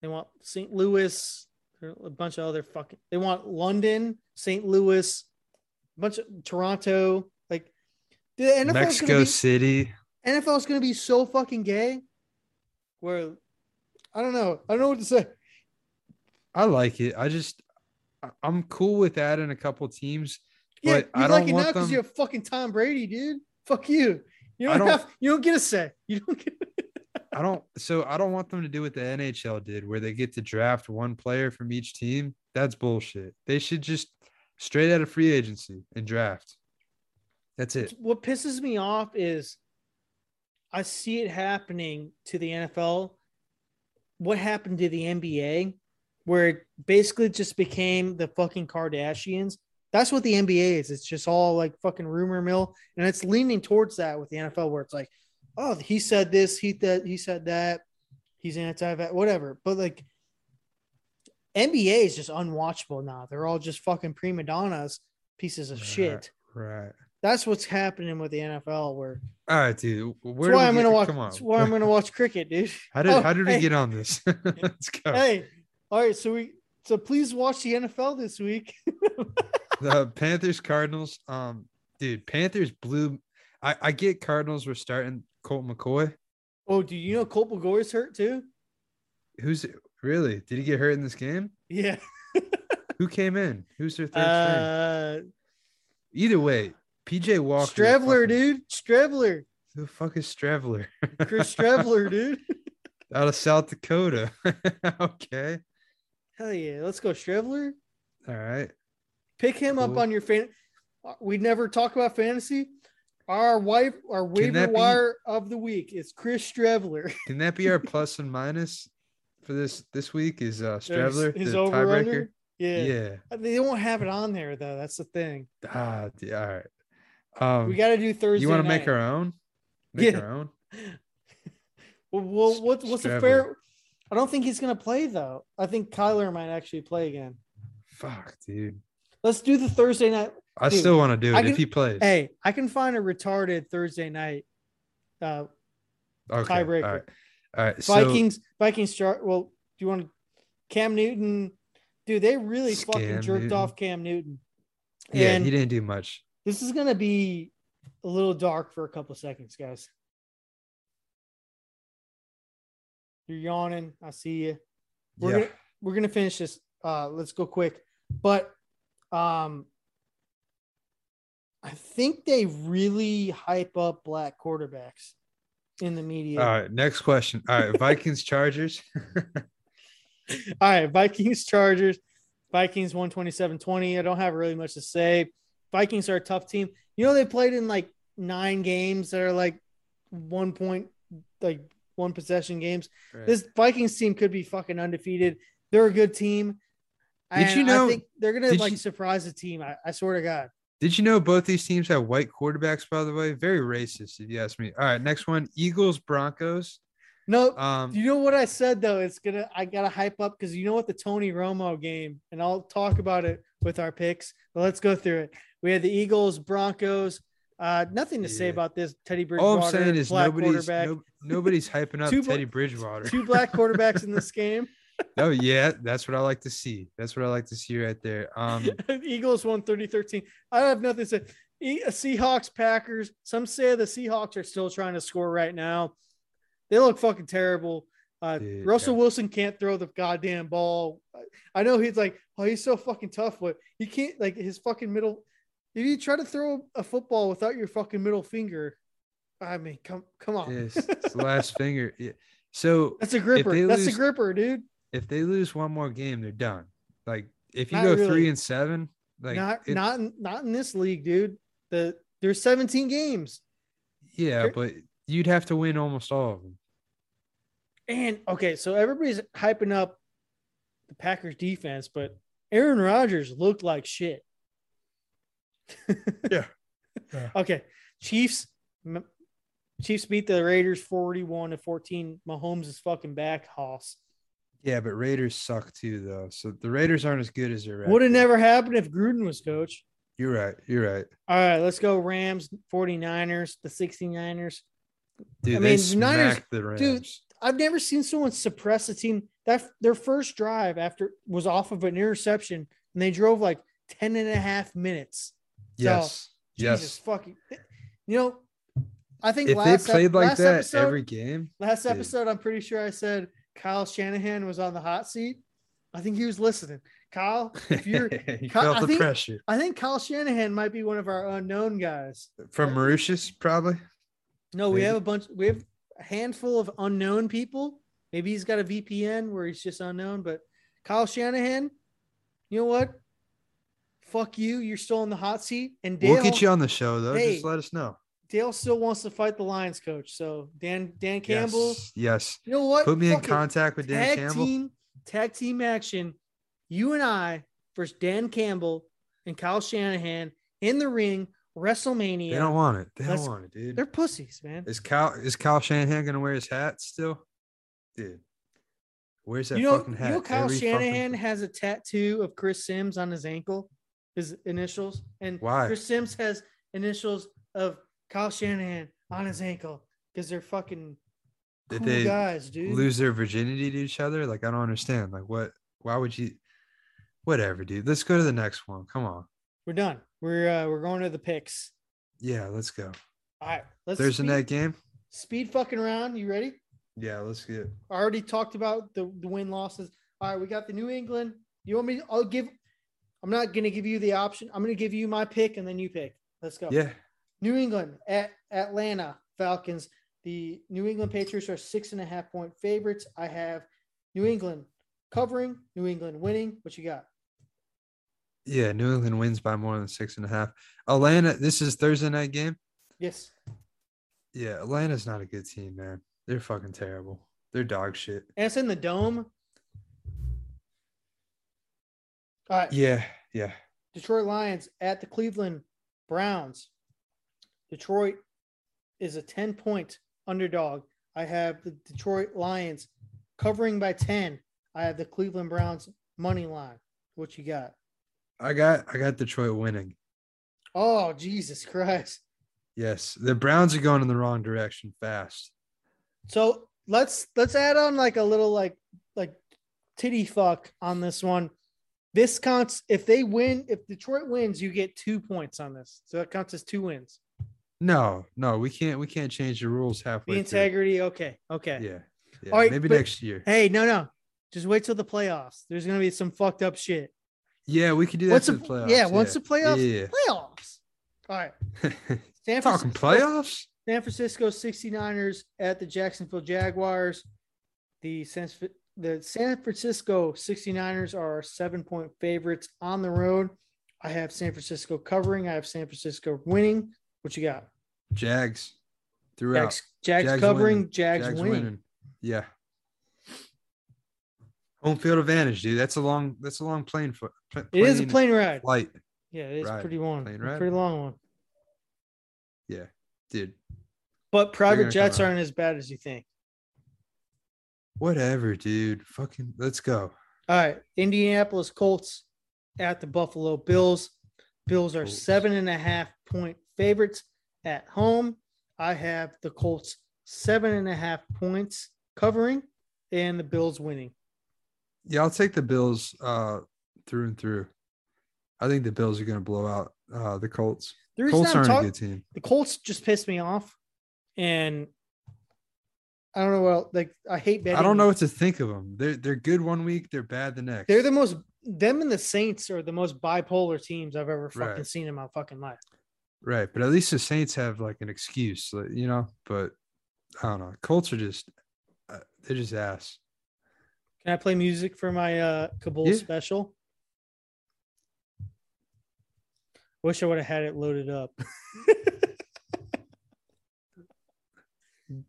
Speaker 2: They want St. Louis, there are a bunch of other fucking. They want London, St. Louis, a bunch of Toronto. Like the NFL is
Speaker 1: Mexico
Speaker 2: gonna
Speaker 1: City.
Speaker 2: be, NFL is going to be so fucking gay. Where I don't know, I don't know what to say.
Speaker 1: I like it. I just, I- I'm cool with adding a couple teams.
Speaker 2: Yeah,
Speaker 1: But
Speaker 2: you
Speaker 1: I
Speaker 2: like
Speaker 1: don't
Speaker 2: it now
Speaker 1: want
Speaker 2: because
Speaker 1: them-
Speaker 2: you're fucking Tom Brady, dude. Fuck you. You
Speaker 1: I
Speaker 2: don't,
Speaker 1: don't-
Speaker 2: have. You don't get a say. You don't get.
Speaker 1: I don't, so I don't want them to do what the NHL did, where they get to draft one player from each team. That's bullshit. They should just straight out of free agency and draft. That's it.
Speaker 2: What pisses me off is I see it happening to the NFL. What happened to the NBA, where it basically just became the fucking Kardashians? That's what the NBA is. It's just all like fucking rumor mill, and it's leaning towards that with the NFL, where it's like, oh, he said this, he that, he said that, he's anti that, whatever. But like, NBA is just unwatchable now. They're all just fucking prima donnas, pieces of
Speaker 1: Right.
Speaker 2: shit.
Speaker 1: Right.
Speaker 2: That's what's happening with the NFL. Where
Speaker 1: All right, dude. Where
Speaker 2: that's why
Speaker 1: do
Speaker 2: I'm
Speaker 1: we get-
Speaker 2: gonna watch.
Speaker 1: Come on.
Speaker 2: That's why I'm gonna watch cricket, dude.
Speaker 1: how did
Speaker 2: Oh,
Speaker 1: how did we
Speaker 2: hey,
Speaker 1: get on this? Let's go.
Speaker 2: Hey, all right. So we so please watch the NFL this week.
Speaker 1: the Panthers Cardinals. Um, dude, Panthers blew. I, I get Cardinals were starting Colt McCoy.
Speaker 2: Oh, do you know Colt McGore's hurt too?
Speaker 1: Who's really? Did he get hurt in this game?
Speaker 2: Yeah.
Speaker 1: Who came in? Who's their third string?
Speaker 2: Uh,
Speaker 1: Either way, PJ Walker.
Speaker 2: Strebler,
Speaker 1: fucking-
Speaker 2: dude. Strebler,
Speaker 1: Who the fuck is Strebler?
Speaker 2: Chris Strebler, dude.
Speaker 1: Out of South Dakota. okay.
Speaker 2: Hell yeah, let's go, Strebler.
Speaker 1: All right.
Speaker 2: Pick him up
Speaker 1: Cool.
Speaker 2: on your fan. uh, We never talk about fantasy. Our wife, our waiver
Speaker 1: that be-
Speaker 2: wire of the week is Chris Strebler.
Speaker 1: Can that be our plus and minus for this this week? Is uh Strebler
Speaker 2: his
Speaker 1: the
Speaker 2: over
Speaker 1: tiebreaker?
Speaker 2: under. Yeah.
Speaker 1: Yeah.
Speaker 2: Uh, They won't have it on there though. That's the thing.
Speaker 1: Ah, d- all right. Um,
Speaker 2: We got to do Thursday.
Speaker 1: you want to make our own? Make
Speaker 2: Yeah.
Speaker 1: our own.
Speaker 2: Well, well what, what's a
Speaker 1: Strebler.
Speaker 2: fair? I don't think he's going to play though. I think Kyler might actually play again.
Speaker 1: Fuck, dude.
Speaker 2: Let's do the Thursday night.
Speaker 1: I
Speaker 2: Dude,
Speaker 1: still want to do it
Speaker 2: I
Speaker 1: if
Speaker 2: can-
Speaker 1: he plays.
Speaker 2: Hey, I can find a retarded Thursday night. Uh,
Speaker 1: Okay,
Speaker 2: tiebreaker.
Speaker 1: All right. All right. So
Speaker 2: Vikings, Vikings start. Well, do you want to? Cam Newton, dude, they really fucking
Speaker 1: Scam
Speaker 2: jerked
Speaker 1: Newton.
Speaker 2: off Cam Newton.
Speaker 1: yeah,
Speaker 2: and
Speaker 1: he didn't do much.
Speaker 2: this is going to be a little dark for a couple seconds, guys. You're yawning. I see you. we're
Speaker 1: Yeah.
Speaker 2: gonna we're gonna finish this. Uh, let's go quick. But um, I think they really hype up black quarterbacks in the media.
Speaker 1: All right. Next question. All right. Vikings Chargers.
Speaker 2: All right, Vikings Chargers. Vikings 127-20. I don't have really much to say. Vikings are a tough team. You know they played in like nine games that are like one point like one possession games.
Speaker 1: Right.
Speaker 2: This Vikings team could be fucking undefeated. They're a good team.
Speaker 1: Did
Speaker 2: And
Speaker 1: you know-
Speaker 2: I think they're gonna
Speaker 1: did
Speaker 2: like
Speaker 1: you-
Speaker 2: surprise the team? I, I swear to God.
Speaker 1: Did you know both these teams have white quarterbacks, by the way? Very racist, if you ask me. All right, next one Eagles, Broncos.
Speaker 2: No,
Speaker 1: Um,
Speaker 2: you know what I said though? It's gonna I gotta hype up because you know what the Tony Romo game, and I'll talk about it with our picks. But let's go through it. We had the Eagles, Broncos. Uh, nothing to say
Speaker 1: Yeah.
Speaker 2: about this. Teddy Bridgewater,
Speaker 1: all I'm saying is
Speaker 2: black
Speaker 1: nobody's
Speaker 2: quarterback,
Speaker 1: no, nobody's hyping up
Speaker 2: Two bla-
Speaker 1: Teddy Bridgewater.
Speaker 2: two black quarterbacks in this game.
Speaker 1: oh yeah, that's what I like to see. That's what I like to see right there. Um,
Speaker 2: Eagles won 30 13. I have nothing to say. E- Seahawks, Packers. Some say the Seahawks are still trying to score right now. They look fucking terrible. Uh,
Speaker 1: Dude,
Speaker 2: Russell
Speaker 1: yeah.
Speaker 2: Wilson can't throw the goddamn ball. I- I know he's like, oh, he's so fucking tough, but he can't, like, his fucking middle. If you try to throw a football without your fucking middle finger, I mean, come come on.
Speaker 1: yes, it's the last finger. Yeah. So
Speaker 2: That's a gripper.
Speaker 1: they
Speaker 2: That's
Speaker 1: lose-
Speaker 2: a gripper, dude.
Speaker 1: if they lose one more game, they're done. Like if you
Speaker 2: Not
Speaker 1: go
Speaker 2: really.
Speaker 1: three and seven, like
Speaker 2: not
Speaker 1: it-
Speaker 2: not in, not in this league, dude. The there's 17 games.
Speaker 1: yeah, but you'd have to win almost all of them.
Speaker 2: And okay, so everybody's hyping up the Packers defense, but Aaron Rodgers looked like shit.
Speaker 1: Yeah. Yeah.
Speaker 2: Okay. Chiefs M- Chiefs beat the Raiders 41 to 14. Mahomes is fucking back, Hoss.
Speaker 1: Yeah, but Raiders suck too, though. So the Raiders aren't as good as they're.
Speaker 2: Would
Speaker 1: after.
Speaker 2: have never happened if Gruden was coach.
Speaker 1: You're right. You're right,
Speaker 2: All right, let's go Rams, 49ers, the 69ers.
Speaker 1: dude.
Speaker 2: I
Speaker 1: they
Speaker 2: mean, the Niners-
Speaker 1: smacked the Rams.
Speaker 2: dude, I've never seen someone suppress a team that their first drive after was off of an interception and they drove like 10 and a half minutes.
Speaker 1: yes, yes.
Speaker 2: Jesus fucking. You know, I think
Speaker 1: if they
Speaker 2: last, ep-
Speaker 1: played like
Speaker 2: last
Speaker 1: that
Speaker 2: episode,
Speaker 1: every game,
Speaker 2: last
Speaker 1: dude.
Speaker 2: episode, I'm pretty sure I said Kyle Shanahan was on the hot seat. I think he was listening. Kyle, if you're,
Speaker 1: you
Speaker 2: Ky-
Speaker 1: felt
Speaker 2: I
Speaker 1: the
Speaker 2: think-
Speaker 1: pressure
Speaker 2: I think Kyle Shanahan might be one of our unknown guys.
Speaker 1: from Mauritius, probably.
Speaker 2: No, we
Speaker 1: Maybe.
Speaker 2: have a bunch. We have a handful of unknown people. Maybe he's got a VPN where he's just unknown. But Kyle Shanahan, you know what? Fuck you. You're still in the hot seat. And Dale,
Speaker 1: we'll get you on the show though.
Speaker 2: Hey,
Speaker 1: Just let us know.
Speaker 2: Dale still wants to fight the Lions coach. So Dan Dan Campbell,
Speaker 1: Yes, yes.
Speaker 2: you know what?
Speaker 1: Put me in
Speaker 2: Fuck it.
Speaker 1: contact with Dan
Speaker 2: Tag
Speaker 1: Campbell.
Speaker 2: team, tag team action. You and I versus Dan Campbell and Kyle Shanahan in the ring, WrestleMania.
Speaker 1: They don't want it. They don't
Speaker 2: Let's-
Speaker 1: want it, dude.
Speaker 2: They're pussies, man.
Speaker 1: Is Kyle is Kyle Shanahan gonna wear his hat still? Dude. Where's that
Speaker 2: you know,
Speaker 1: fucking
Speaker 2: you
Speaker 1: hat?
Speaker 2: know Kyle
Speaker 1: Every fucking-
Speaker 2: Shanahan has a tattoo of Chris Sims on his ankle, his initials, and
Speaker 1: Why?
Speaker 2: Chris Sims has initials of Kyle Shanahan on his ankle because they're fucking
Speaker 1: Did
Speaker 2: cool
Speaker 1: they
Speaker 2: guys, dude.
Speaker 1: lose their virginity to each other? Like I don't understand. Like what why would you whatever, dude? Let's go to the next one. Come on.
Speaker 2: We're done. We're uh, we're going to the picks.
Speaker 1: Yeah, let's go.
Speaker 2: All right, let's
Speaker 1: Thursday
Speaker 2: speed,
Speaker 1: night game.
Speaker 2: speed fucking around. You ready?
Speaker 1: Yeah, let's get
Speaker 2: I already talked about the, the win losses. All right, we got the New England. You want me? I'll give. I'm not gonna give you the option. I'm gonna give you my pick and then you pick. Let's go.
Speaker 1: yeah.
Speaker 2: New England at Atlanta Falcons. The New England Patriots are six and a half point favorites. I have New England covering, New England winning. What you got?
Speaker 1: Yeah, New England wins by more than six and a half. Atlanta, this is Thursday night game.
Speaker 2: Yes.
Speaker 1: Yeah, Atlanta's not a good team, man. They're fucking terrible. They're dog shit.
Speaker 2: And it's in the dome. All right.
Speaker 1: Yeah, yeah.
Speaker 2: Detroit Lions at the Cleveland Browns. Detroit is a 10 point underdog. I have the Detroit Lions covering by 10. I have the Cleveland Browns money line. What you got?
Speaker 1: I got I got Detroit winning.
Speaker 2: Oh, Jesus Christ.
Speaker 1: Yes, the Browns are going in the wrong direction fast.
Speaker 2: So let's let's add on like a little like like titty fuck on this one. This counts if they win, if Detroit wins, you get two points on this. So that counts as two wins.
Speaker 1: No, no, we can't we can't change the rules halfway.
Speaker 2: The integrity, okay, okay.
Speaker 1: Through. Yeah, yeah.
Speaker 2: All right,
Speaker 1: Maybe
Speaker 2: but-
Speaker 1: next year.
Speaker 2: Hey, no, no, just wait till the playoffs. There's gonna be some fucked up shit.
Speaker 1: Yeah, we could do that
Speaker 2: Once
Speaker 1: to
Speaker 2: the,
Speaker 1: the playoffs.
Speaker 2: yeah, once the
Speaker 1: yeah.
Speaker 2: playoffs,
Speaker 1: yeah,
Speaker 2: playoffs. All right,
Speaker 1: yeah.
Speaker 2: San
Speaker 1: talking
Speaker 2: Francisco-
Speaker 1: playoffs.
Speaker 2: San Francisco 69ers at the Jacksonville Jaguars. The San, the San Francisco 69ers are seven point favorites on the road. I have San Francisco covering. I have San Francisco winning. What you got?
Speaker 1: Jags throughout.
Speaker 2: Jags, Jags,
Speaker 1: Jags
Speaker 2: covering.
Speaker 1: winning.
Speaker 2: Jags, winning.
Speaker 1: winning. Yeah. Home field advantage, dude. That's a long. That's a long plane foot.
Speaker 2: It is a plane ride.
Speaker 1: flight,
Speaker 2: Yeah, it is
Speaker 1: ride,
Speaker 2: pretty long.
Speaker 1: plane
Speaker 2: a
Speaker 1: ride.
Speaker 2: Pretty long one.
Speaker 1: dude.
Speaker 2: But
Speaker 1: gonna
Speaker 2: private
Speaker 1: come
Speaker 2: jets
Speaker 1: out.
Speaker 2: aren't as bad as you think.
Speaker 1: Whatever, dude. Fucking, let's go.
Speaker 2: All right, Indianapolis Colts at the Buffalo Bills. Bills are
Speaker 1: Colts.
Speaker 2: seven and a half point favorites at home. I have the Colts seven and a half points covering, and the Bills winning.
Speaker 1: Yeah, I'll take the Bills uh through and through. I think the Bills are going to blow out uh the Colts.
Speaker 2: The reason
Speaker 1: Colts
Speaker 2: I'm
Speaker 1: aren't
Speaker 2: talk-
Speaker 1: a good team.
Speaker 2: the Colts just pissed me off, and I don't know what else- like I hate betting.
Speaker 1: I don't know what to think of them. They're they're good one week, they're bad the next.
Speaker 2: They're the most them and the Saints are the most bipolar teams I've ever fucking
Speaker 1: Right.
Speaker 2: seen in my fucking life.
Speaker 1: right, but at least the Saints have like an excuse, like, you know. But I don't know. Colts are just uh, they're just ass.
Speaker 2: Can I play music for my uh Kabul
Speaker 1: Yeah.
Speaker 2: special? Wish I would have had it loaded up.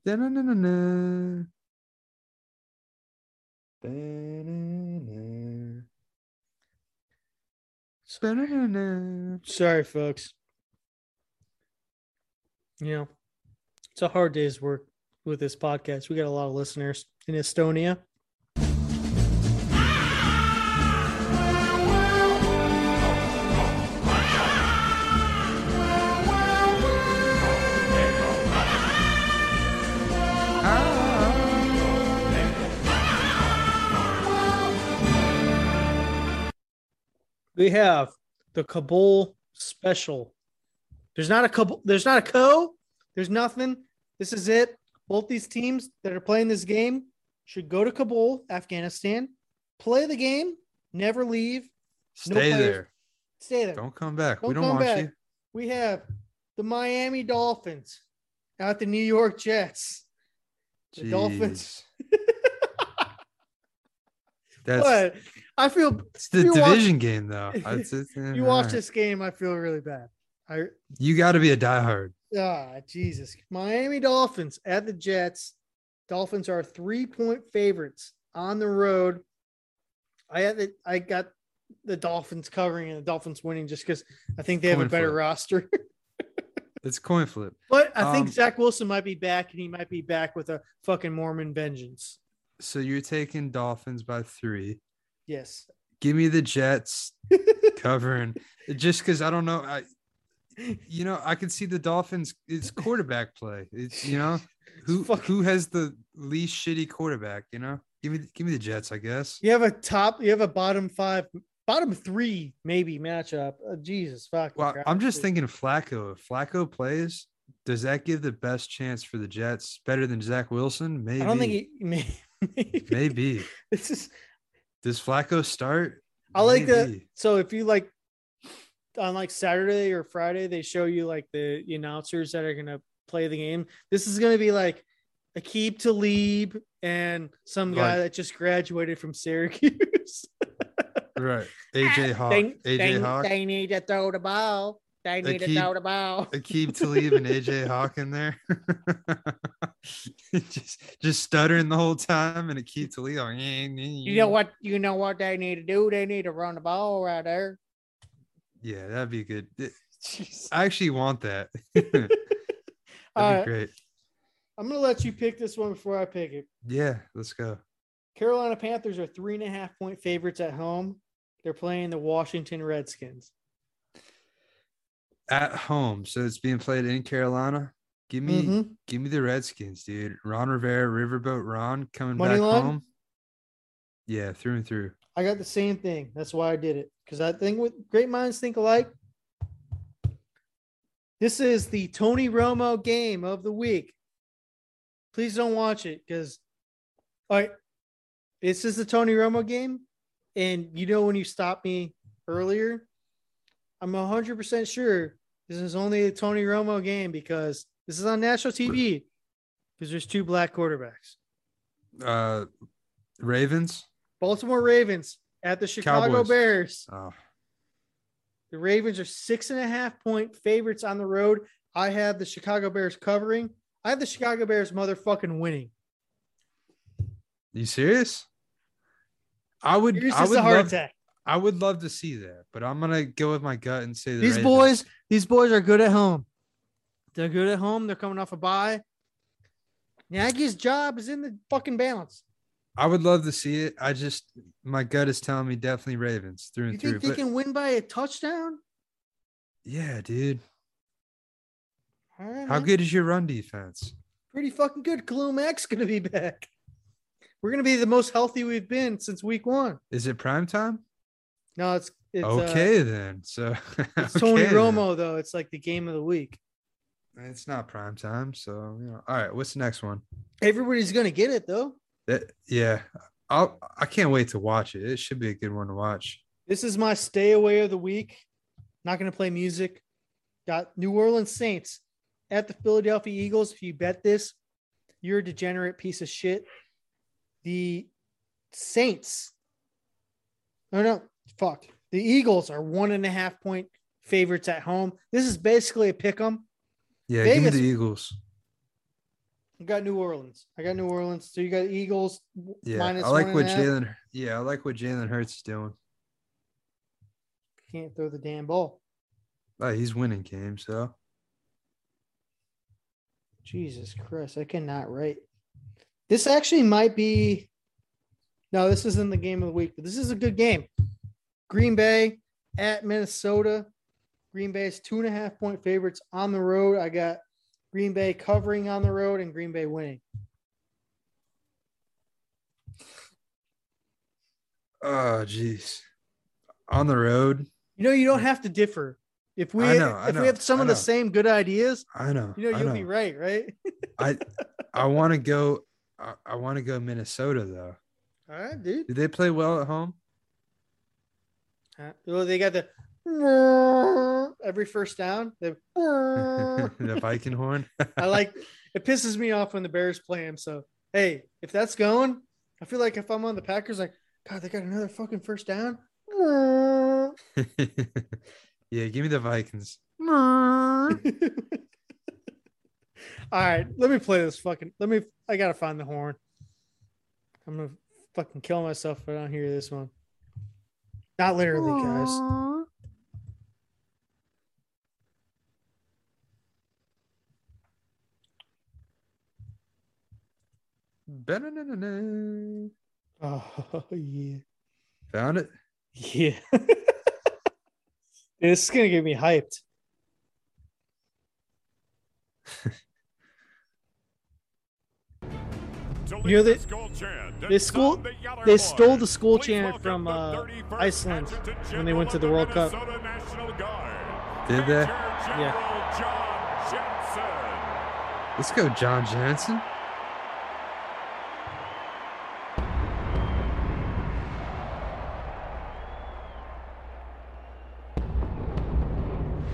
Speaker 1: Da-na-na-na-na. Da-na-na. Da-na-na-na.
Speaker 2: Sorry, folks. You know, it's a hard day's work with this podcast. We got a lot of listeners in Estonia. We have the Kabul special. There's not a Kabul, there's not a co, there's nothing. This is it. Both these teams that are playing this game should go to Kabul, Afghanistan, play the game, never leave, No
Speaker 1: Stay
Speaker 2: players.
Speaker 1: there.
Speaker 2: stay there.
Speaker 1: Don't come back. we don't
Speaker 2: Don't come
Speaker 1: want
Speaker 2: back.
Speaker 1: you.
Speaker 2: We have the Miami Dolphins at the New York Jets. The Dolphins.
Speaker 1: Jeez. That's
Speaker 2: but I feel
Speaker 1: it's the
Speaker 2: you watch-
Speaker 1: division game though. That's it.
Speaker 2: you watch this game, I feel really bad. I
Speaker 1: You got to be a diehard.
Speaker 2: Ah, Jesus. Miami Dolphins at the Jets. Dolphins are three point favorites on the road. I had the, I got the Dolphins covering and the Dolphins winning just because I think they have a
Speaker 1: Coin
Speaker 2: better
Speaker 1: flip.
Speaker 2: roster.
Speaker 1: It's coin flip.
Speaker 2: but I think
Speaker 1: Um,
Speaker 2: Zach Wilson might be back and he might be back with a fucking Mormon vengeance.
Speaker 1: So you're taking Dolphins by three.
Speaker 2: Yes.
Speaker 1: Give me the Jets covering just because I don't know. I, you know, I can see the Dolphins. It's quarterback play. It's you know who
Speaker 2: Fuck.
Speaker 1: who has the least shitty quarterback. You know, give me give me the Jets. I guess.
Speaker 2: You have a top, you have a bottom five, bottom three maybe matchup. Uh, Jesus fucking
Speaker 1: Well,
Speaker 2: Christ.
Speaker 1: I'm just thinking Flacco. If Flacco plays, does that give the best chance for the Jets? Better than Zach Wilson? Maybe.
Speaker 2: I don't think he maybe.
Speaker 1: Maybe.
Speaker 2: This is
Speaker 1: Does Flacco start?
Speaker 2: I like the
Speaker 1: Maybe.
Speaker 2: so if you like on like Saturday or Friday, they show you like the announcers that are gonna play the game. This is gonna be like Akib Talib and some guy
Speaker 1: Right.
Speaker 2: that just graduated from Syracuse.
Speaker 1: Right.
Speaker 2: Ah,
Speaker 1: AJ Hawk.
Speaker 2: They, they-
Speaker 1: AJ Hawk.
Speaker 2: they need to throw the ball. They need to
Speaker 1: Aqib-
Speaker 2: throw the ball.
Speaker 1: Akib Talib and AJ Hawk in there. just just stuttering the whole time and Akib Talib. going, "Yeah, yeah,
Speaker 2: You
Speaker 1: yeah."
Speaker 2: know what? You know what they need to do? They need to run the ball right there.
Speaker 1: Yeah, that'd be good.
Speaker 2: Jeez.
Speaker 1: I actually want that. that'd
Speaker 2: All right,
Speaker 1: be great.
Speaker 2: I'm gonna let you pick this one before I pick it.
Speaker 1: Yeah, let's go.
Speaker 2: Carolina Panthers are three and a half point favorites at home. They're playing the Washington Redskins.
Speaker 1: At home. So it's being played in Carolina. Give me
Speaker 2: Mm-hmm.
Speaker 1: Give me the Redskins, dude. Ron Rivera, Riverboat Ron coming
Speaker 2: Money
Speaker 1: back
Speaker 2: line?
Speaker 1: home. Yeah, through and through.
Speaker 2: I got the same thing. That's why I did it because I think with great minds think alike. This is the Tony Romo game of the week. Please don't watch it because, all right, this is the Tony Romo game. And you know, when you stopped me earlier, I'm 100% sure this is only the Tony Romo game because this is on national TV because there's two black quarterbacks.
Speaker 1: Uh Ravens.
Speaker 2: Baltimore Ravens at the Chicago
Speaker 1: Cowboys.
Speaker 2: Bears.
Speaker 1: Oh,
Speaker 2: The Ravens are six and a half point favorites on the road. I have the Chicago Bears covering. I have the Chicago Bears motherfucking winning.
Speaker 1: You serious? I would.
Speaker 2: Here's
Speaker 1: I
Speaker 2: just
Speaker 1: would
Speaker 2: a heart
Speaker 1: love.
Speaker 2: attack.
Speaker 1: I would love to see that, but I'm gonna go with my gut and say the
Speaker 2: These
Speaker 1: Ravens.
Speaker 2: boys, these boys are good at home. They're good at home. They're coming off a bye. Nagy's job is in the fucking balance.
Speaker 1: I would love to see it. I just my gut is telling me definitely Ravens through and
Speaker 2: You
Speaker 1: through.
Speaker 2: think they
Speaker 1: but-
Speaker 2: can win by a touchdown?
Speaker 1: yeah, dude.
Speaker 2: All right,
Speaker 1: How
Speaker 2: man.
Speaker 1: good is your run defense?
Speaker 2: Pretty fucking good. Khalil Mack's gonna be back. We're gonna be the most healthy we've been since week one.
Speaker 1: Is it prime time?
Speaker 2: No, it's it's uh,
Speaker 1: okay then. So
Speaker 2: it's Tony
Speaker 1: okay, then.
Speaker 2: Romo though. It's like the game of the week.
Speaker 1: It's not prime time, so you know. All right, what's the next one?
Speaker 2: Everybody's gonna get it though.
Speaker 1: That, yeah, I I can't wait to watch it. It should be a good one to watch.
Speaker 2: This is my stay away of the week. Not going to play music. Got New Orleans Saints at the Philadelphia Eagles. If you bet this, you're a degenerate piece of shit. The Saints. No, no, fuck. The Eagles are one and a half point favorites at home. This is basically a pick 'em.
Speaker 1: Yeah, give
Speaker 2: Vegas-
Speaker 1: me the Eagles.
Speaker 2: I got New Orleans. I got New Orleans. So you got Eagles. w-
Speaker 1: Yeah,
Speaker 2: minus
Speaker 1: I like
Speaker 2: one
Speaker 1: what
Speaker 2: and a half.
Speaker 1: Jalen. Yeah, I like what Jalen Hurts is doing.
Speaker 2: Can't throw the damn ball.
Speaker 1: Oh, he's winning games, so
Speaker 2: Jesus Christ, I cannot write. This actually might be. No, this isn't the game of the week, but this is a good game. Green Bay at Minnesota. Green Bay is two and a half point favorites on the road. I got Green Bay covering on the road and Green Bay winning.
Speaker 1: oh jeez. On the road,
Speaker 2: You know, you don't have to differ. If we
Speaker 1: I know, I
Speaker 2: if
Speaker 1: know,
Speaker 2: we have some
Speaker 1: I
Speaker 2: of the
Speaker 1: know.
Speaker 2: same good ideas,
Speaker 1: I know.
Speaker 2: you know
Speaker 1: I
Speaker 2: you'll
Speaker 1: know.
Speaker 2: be right, right?
Speaker 1: I I want to go. I, I want to go Minnesota though.
Speaker 2: All right, dude.
Speaker 1: Do they play well at home?
Speaker 2: Uh, well, they got the every first down. The
Speaker 1: the Viking horn.
Speaker 2: I like it pisses me off when the Bears play him. So hey, if that's going, I feel like if I'm on the Packers, like God, they got another fucking first down.
Speaker 1: yeah, give me the Vikings.
Speaker 2: All right, let me play this fucking. Let me. I gotta find the horn. I'm gonna fucking kill myself if I don't hear this one. Not literally, guys.
Speaker 1: Ba-na-na-na-na.
Speaker 2: Oh yeah,
Speaker 1: Found it.
Speaker 2: yeah. this is gonna get me hyped.
Speaker 3: You know, they,
Speaker 2: school-
Speaker 3: they school
Speaker 2: they
Speaker 3: they stole the school chant from uh, Iceland when they went to the World Cup.
Speaker 1: Did they?
Speaker 3: Yeah.
Speaker 1: Let's go, John Jansen.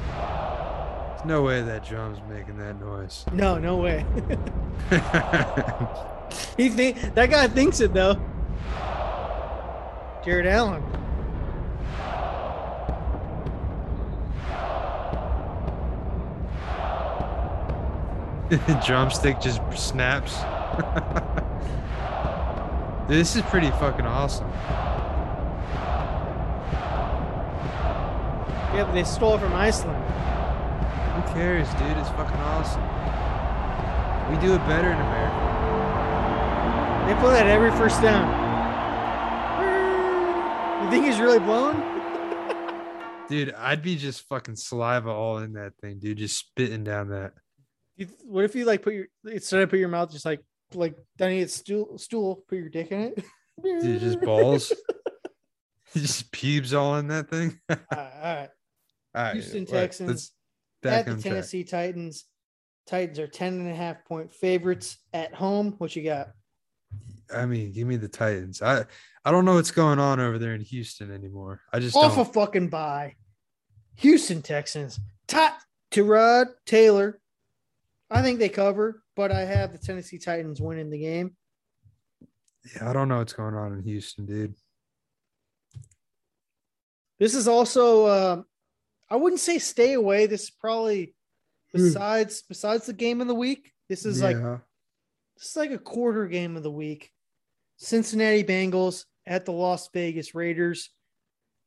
Speaker 1: There's No way that drum's making that noise.
Speaker 2: No, no way. He think that guy thinks it though. Jared Allen.
Speaker 1: Drumstick just snaps. Dude, this is pretty fucking awesome.
Speaker 2: Yeah, but they stole it from Iceland.
Speaker 1: Who cares, dude? It's fucking awesome. We do it better in America.
Speaker 2: They play that every first down. You think he's really blown?
Speaker 1: Dude, I'd be just fucking saliva all in that thing, dude. Just spitting down that.
Speaker 2: You, what if you like put your instead of put your mouth just like like Danny it's stool stool put your dick in it?
Speaker 1: Dude, just balls. just pubes all in that thing. all
Speaker 2: All right, all right.
Speaker 1: right.
Speaker 2: Houston
Speaker 1: wait,
Speaker 2: Texans
Speaker 1: let's
Speaker 2: At
Speaker 1: back
Speaker 2: the
Speaker 1: on track.
Speaker 2: Tennessee Titans. Titans are 10 and a half point favorites at home. What you got?
Speaker 1: I mean, give me the Titans. I I don't know what's going on over there in Houston anymore. I just
Speaker 2: off
Speaker 1: don't.
Speaker 2: a fucking bye. Houston Texans. Tot Tyrod Taylor. I think they cover, but I have the Tennessee Titans winning the game.
Speaker 1: Yeah, I don't know what's going on in Houston, dude.
Speaker 2: This is also um, I wouldn't say stay away. This is probably
Speaker 1: Hmm.
Speaker 2: besides besides the game of the week. This is like
Speaker 1: Yeah.
Speaker 2: this is like a quarter game of the week. Cincinnati Bengals at the Las Vegas Raiders.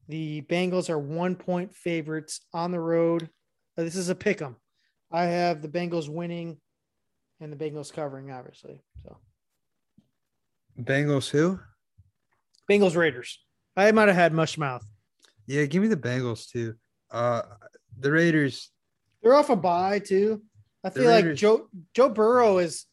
Speaker 2: The Bengals are one point favorites on the road. Uh, This is a pick 'em. I have the Bengals winning and the Bengals covering, obviously. So
Speaker 1: Bengals who?
Speaker 2: Bengals Raiders. I might have had mush mouth.
Speaker 1: Yeah, give me the Bengals too. Uh the Raiders,
Speaker 2: They're off a bye too. I
Speaker 1: The
Speaker 2: feel like
Speaker 1: Raiders-
Speaker 2: Joe Joe Burrow is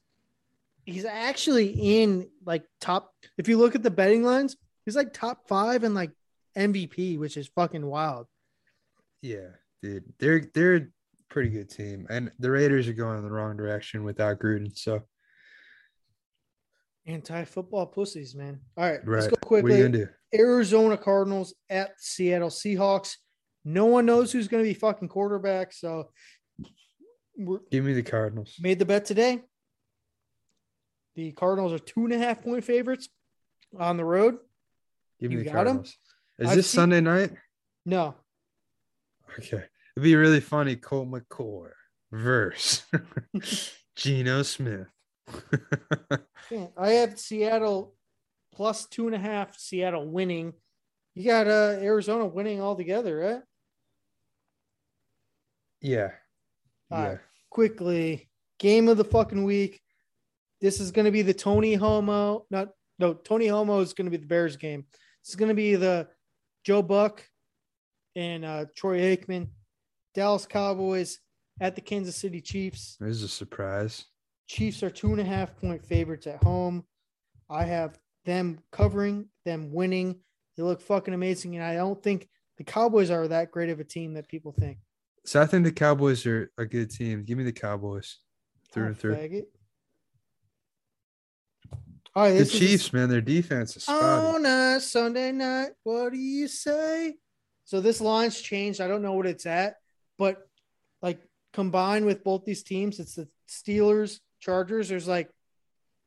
Speaker 2: he's actually in like top if you look at the betting lines, he's like top five and like MVP, which is fucking wild.
Speaker 1: yeah, dude. They're they're a pretty good team. And the Raiders are going in the wrong direction without Gruden. So
Speaker 2: Anti football pussies, man. All right,
Speaker 1: right.
Speaker 2: let's go
Speaker 1: What are you
Speaker 2: quickly.
Speaker 1: gonna do?
Speaker 2: Arizona Cardinals at Seattle Seahawks. No one knows who's gonna be fucking quarterback, so we're
Speaker 1: Give me the Cardinals.
Speaker 2: made the bet today. The Cardinals are two and a half point favorites on the road.
Speaker 1: Give me
Speaker 2: You
Speaker 1: the
Speaker 2: got 'em?
Speaker 1: Cardinals. Is
Speaker 2: I've
Speaker 1: this
Speaker 2: seen-
Speaker 1: Sunday night?
Speaker 2: No,
Speaker 1: Okay. It'd be really funny. Colt McCoy verse Geno Smith.
Speaker 2: Yeah, I have Seattle plus two and a half. Seattle winning. You got uh, Arizona winning altogether, eh? right?
Speaker 1: yeah.
Speaker 2: All
Speaker 1: yeah.
Speaker 2: right. Quickly, game of the fucking week. This is going to be the Tony Homo. Not no Tony Homo is going to be the Bears game. This is going to be the Joe Buck and uh, Troy Aikman, Dallas Cowboys at the Kansas City Chiefs.
Speaker 1: This is a surprise.
Speaker 2: Chiefs are two and a half point favorites at home. I have them covering, them winning. They look fucking amazing. And I don't think the Cowboys are that great of a team that people think.
Speaker 1: So I think the Cowboys are a good team. Give me the Cowboys through
Speaker 2: Oh,
Speaker 1: and through.
Speaker 2: faggot. All right,
Speaker 1: The
Speaker 2: this is
Speaker 1: Chiefs, man, their defense is spotty.
Speaker 2: on a Sunday night. What do you say? So this line's changed. I don't know what it's at, but like combined with both these teams, it's the Steelers, Chargers. There's like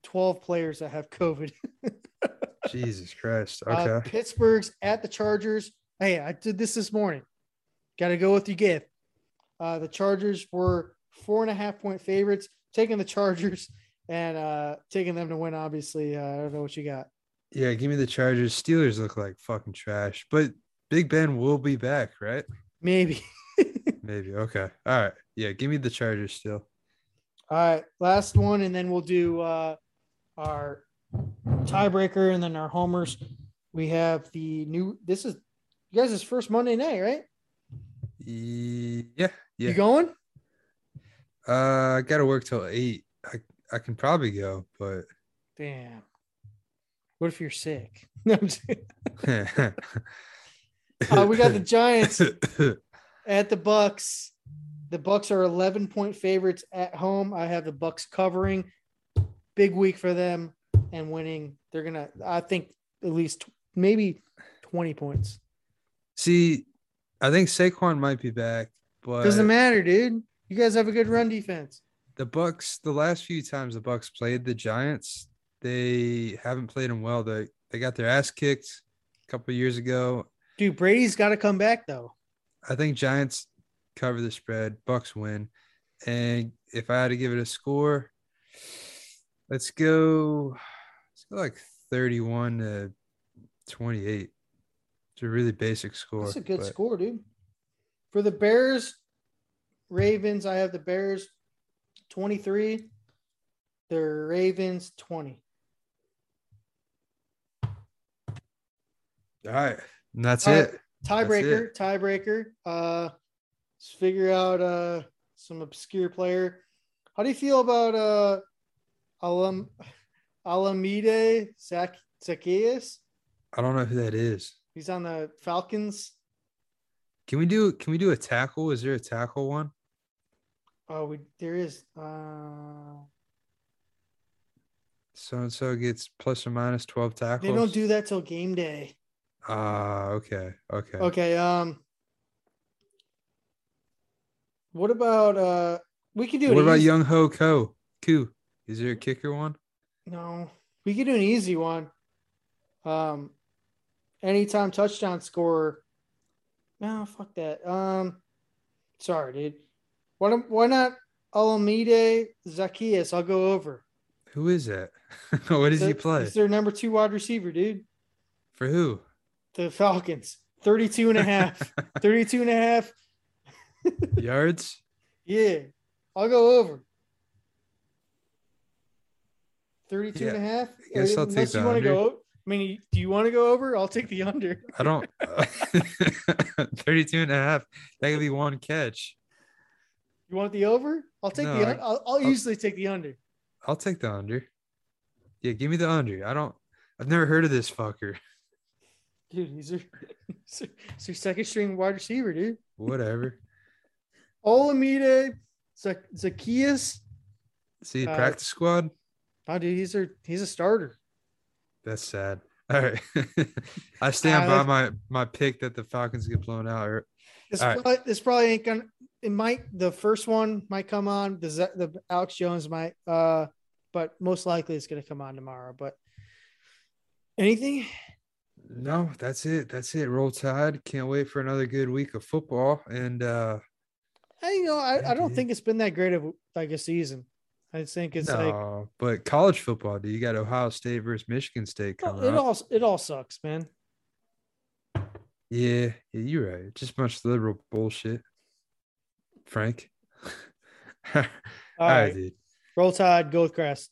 Speaker 2: 12 players that have COVID.
Speaker 1: Jesus Christ.
Speaker 2: Uh,
Speaker 1: Okay.
Speaker 2: Pittsburgh's at the Chargers. Hey, I did this this morning. Got to go with you, give. Uh, the Chargers were four and a half point favorites, taking the Chargers and uh, taking them to win. Obviously, uh, I don't know what you got.
Speaker 1: yeah, give me the Chargers. Steelers look like fucking trash, but Big Ben will be back, right?
Speaker 2: Maybe.
Speaker 1: Maybe. Okay. All right. Yeah, give me the Chargers still.
Speaker 2: All right, last one, and then we'll do uh, our tiebreaker and then our homers. We have the new. This is you guys' first Monday night, right?
Speaker 1: Yeah. Yeah.
Speaker 2: You going?
Speaker 1: Uh, I gotta work till eight. I I can probably go, but
Speaker 2: Damn. What if you're sick? No, I'm just- Uh, we got the Giants at the Bucks. The Bucks are 11 point favorites at home. I have the Bucks covering. Big week for them and winning. They're gonna, I think, at least tw- maybe 20 points.
Speaker 1: see. I think Saquon might be back, but
Speaker 2: Doesn't matter, dude. You guys have a good run defense.
Speaker 1: the Bucks. The last few times the Bucks played the Giants, they haven't played them well. They they got their ass kicked a couple years ago.
Speaker 2: Dude, Brady's got to come back though.
Speaker 1: I think Giants cover the spread. Bucks win, and if I had to give it a score, let's go. Let's go like thirty-one to twenty-eight. It's a really basic score.
Speaker 2: That's a good
Speaker 1: but
Speaker 2: score, dude. For the Bears, Ravens, I have the Bears 23. The Ravens 20.
Speaker 1: All right, and that's
Speaker 2: All right.
Speaker 1: it.
Speaker 2: tiebreaker tiebreaker uh let's figure out uh some obscure player how do you feel about uh Alam- alamide Zac- zacchaeus
Speaker 1: I don't know who that is.
Speaker 2: he's on the falcons
Speaker 1: Can we do? Can we do a tackle? Is there a tackle one?
Speaker 2: oh we there is uh
Speaker 1: So and so gets plus or minus twelve tackles.
Speaker 2: they don't do that till game day
Speaker 1: Ah, okay, okay.
Speaker 2: okay um what about uh we could do
Speaker 1: What
Speaker 2: an
Speaker 1: about
Speaker 2: easy-
Speaker 1: Young Ho Ko? Ku? Is there a kicker one?
Speaker 2: No, we could do an easy one. Um, anytime touchdown scorer. No, fuck that. Um, sorry, dude. Why don't, why not Alamide Zacchaeus? I'll go over.
Speaker 1: Who is that? what does
Speaker 2: They're-
Speaker 1: he play
Speaker 2: He's their number two wide receiver, dude.
Speaker 1: for? Who?
Speaker 2: The Falcons. 32 and a half. 32 and a half.
Speaker 1: Yards.
Speaker 2: Yeah. I'll go over. 32 and a half.
Speaker 1: I guess I'll take
Speaker 2: Unless
Speaker 1: the
Speaker 2: you want to
Speaker 1: under.
Speaker 2: go. o- I mean, do you want to go over? I'll take the under.
Speaker 1: I don't. 32 and a half. That could be one catch.
Speaker 2: You want the over? I'll take
Speaker 1: No,
Speaker 2: the.
Speaker 1: I-
Speaker 2: un- I'll, I'll, usually take the under.
Speaker 1: I'll take the under. Yeah, give me the under. I don't. I've never heard of this fucker.
Speaker 2: Dude, he's your, he's your- he's your second string wide receiver, dude.
Speaker 1: Whatever.
Speaker 2: Olamide, Zac- Zacchaeus.
Speaker 1: See,
Speaker 2: Uh,
Speaker 1: practice squad.
Speaker 2: Oh, dude, he's a he's a starter.
Speaker 1: That's sad. All right, I stand
Speaker 2: Uh,
Speaker 1: by my my pick that the Falcons get blown out. or-
Speaker 2: This
Speaker 1: All right.
Speaker 2: probably, this probably ain't gonna. It might the first one might come on. The Z- the Alex Jones might, uh, but most likely it's gonna come on tomorrow. But anything,
Speaker 1: No, that's it. That's it. Roll Tide. Can't wait for another good week of football. And uh
Speaker 2: I you know I,
Speaker 1: Yeah,
Speaker 2: I don't
Speaker 1: dude.
Speaker 2: think it's been that great of like a season. I just think it's like
Speaker 1: no, but college football, dude. You got Ohio State versus Michigan State coming
Speaker 2: it
Speaker 1: up.
Speaker 2: all it all sucks, man.
Speaker 1: Yeah, yeah, you're right. Just bunch of liberal bullshit, Frank. All
Speaker 2: all
Speaker 1: right,
Speaker 2: right.
Speaker 1: dude.
Speaker 2: roll tide, go with grass.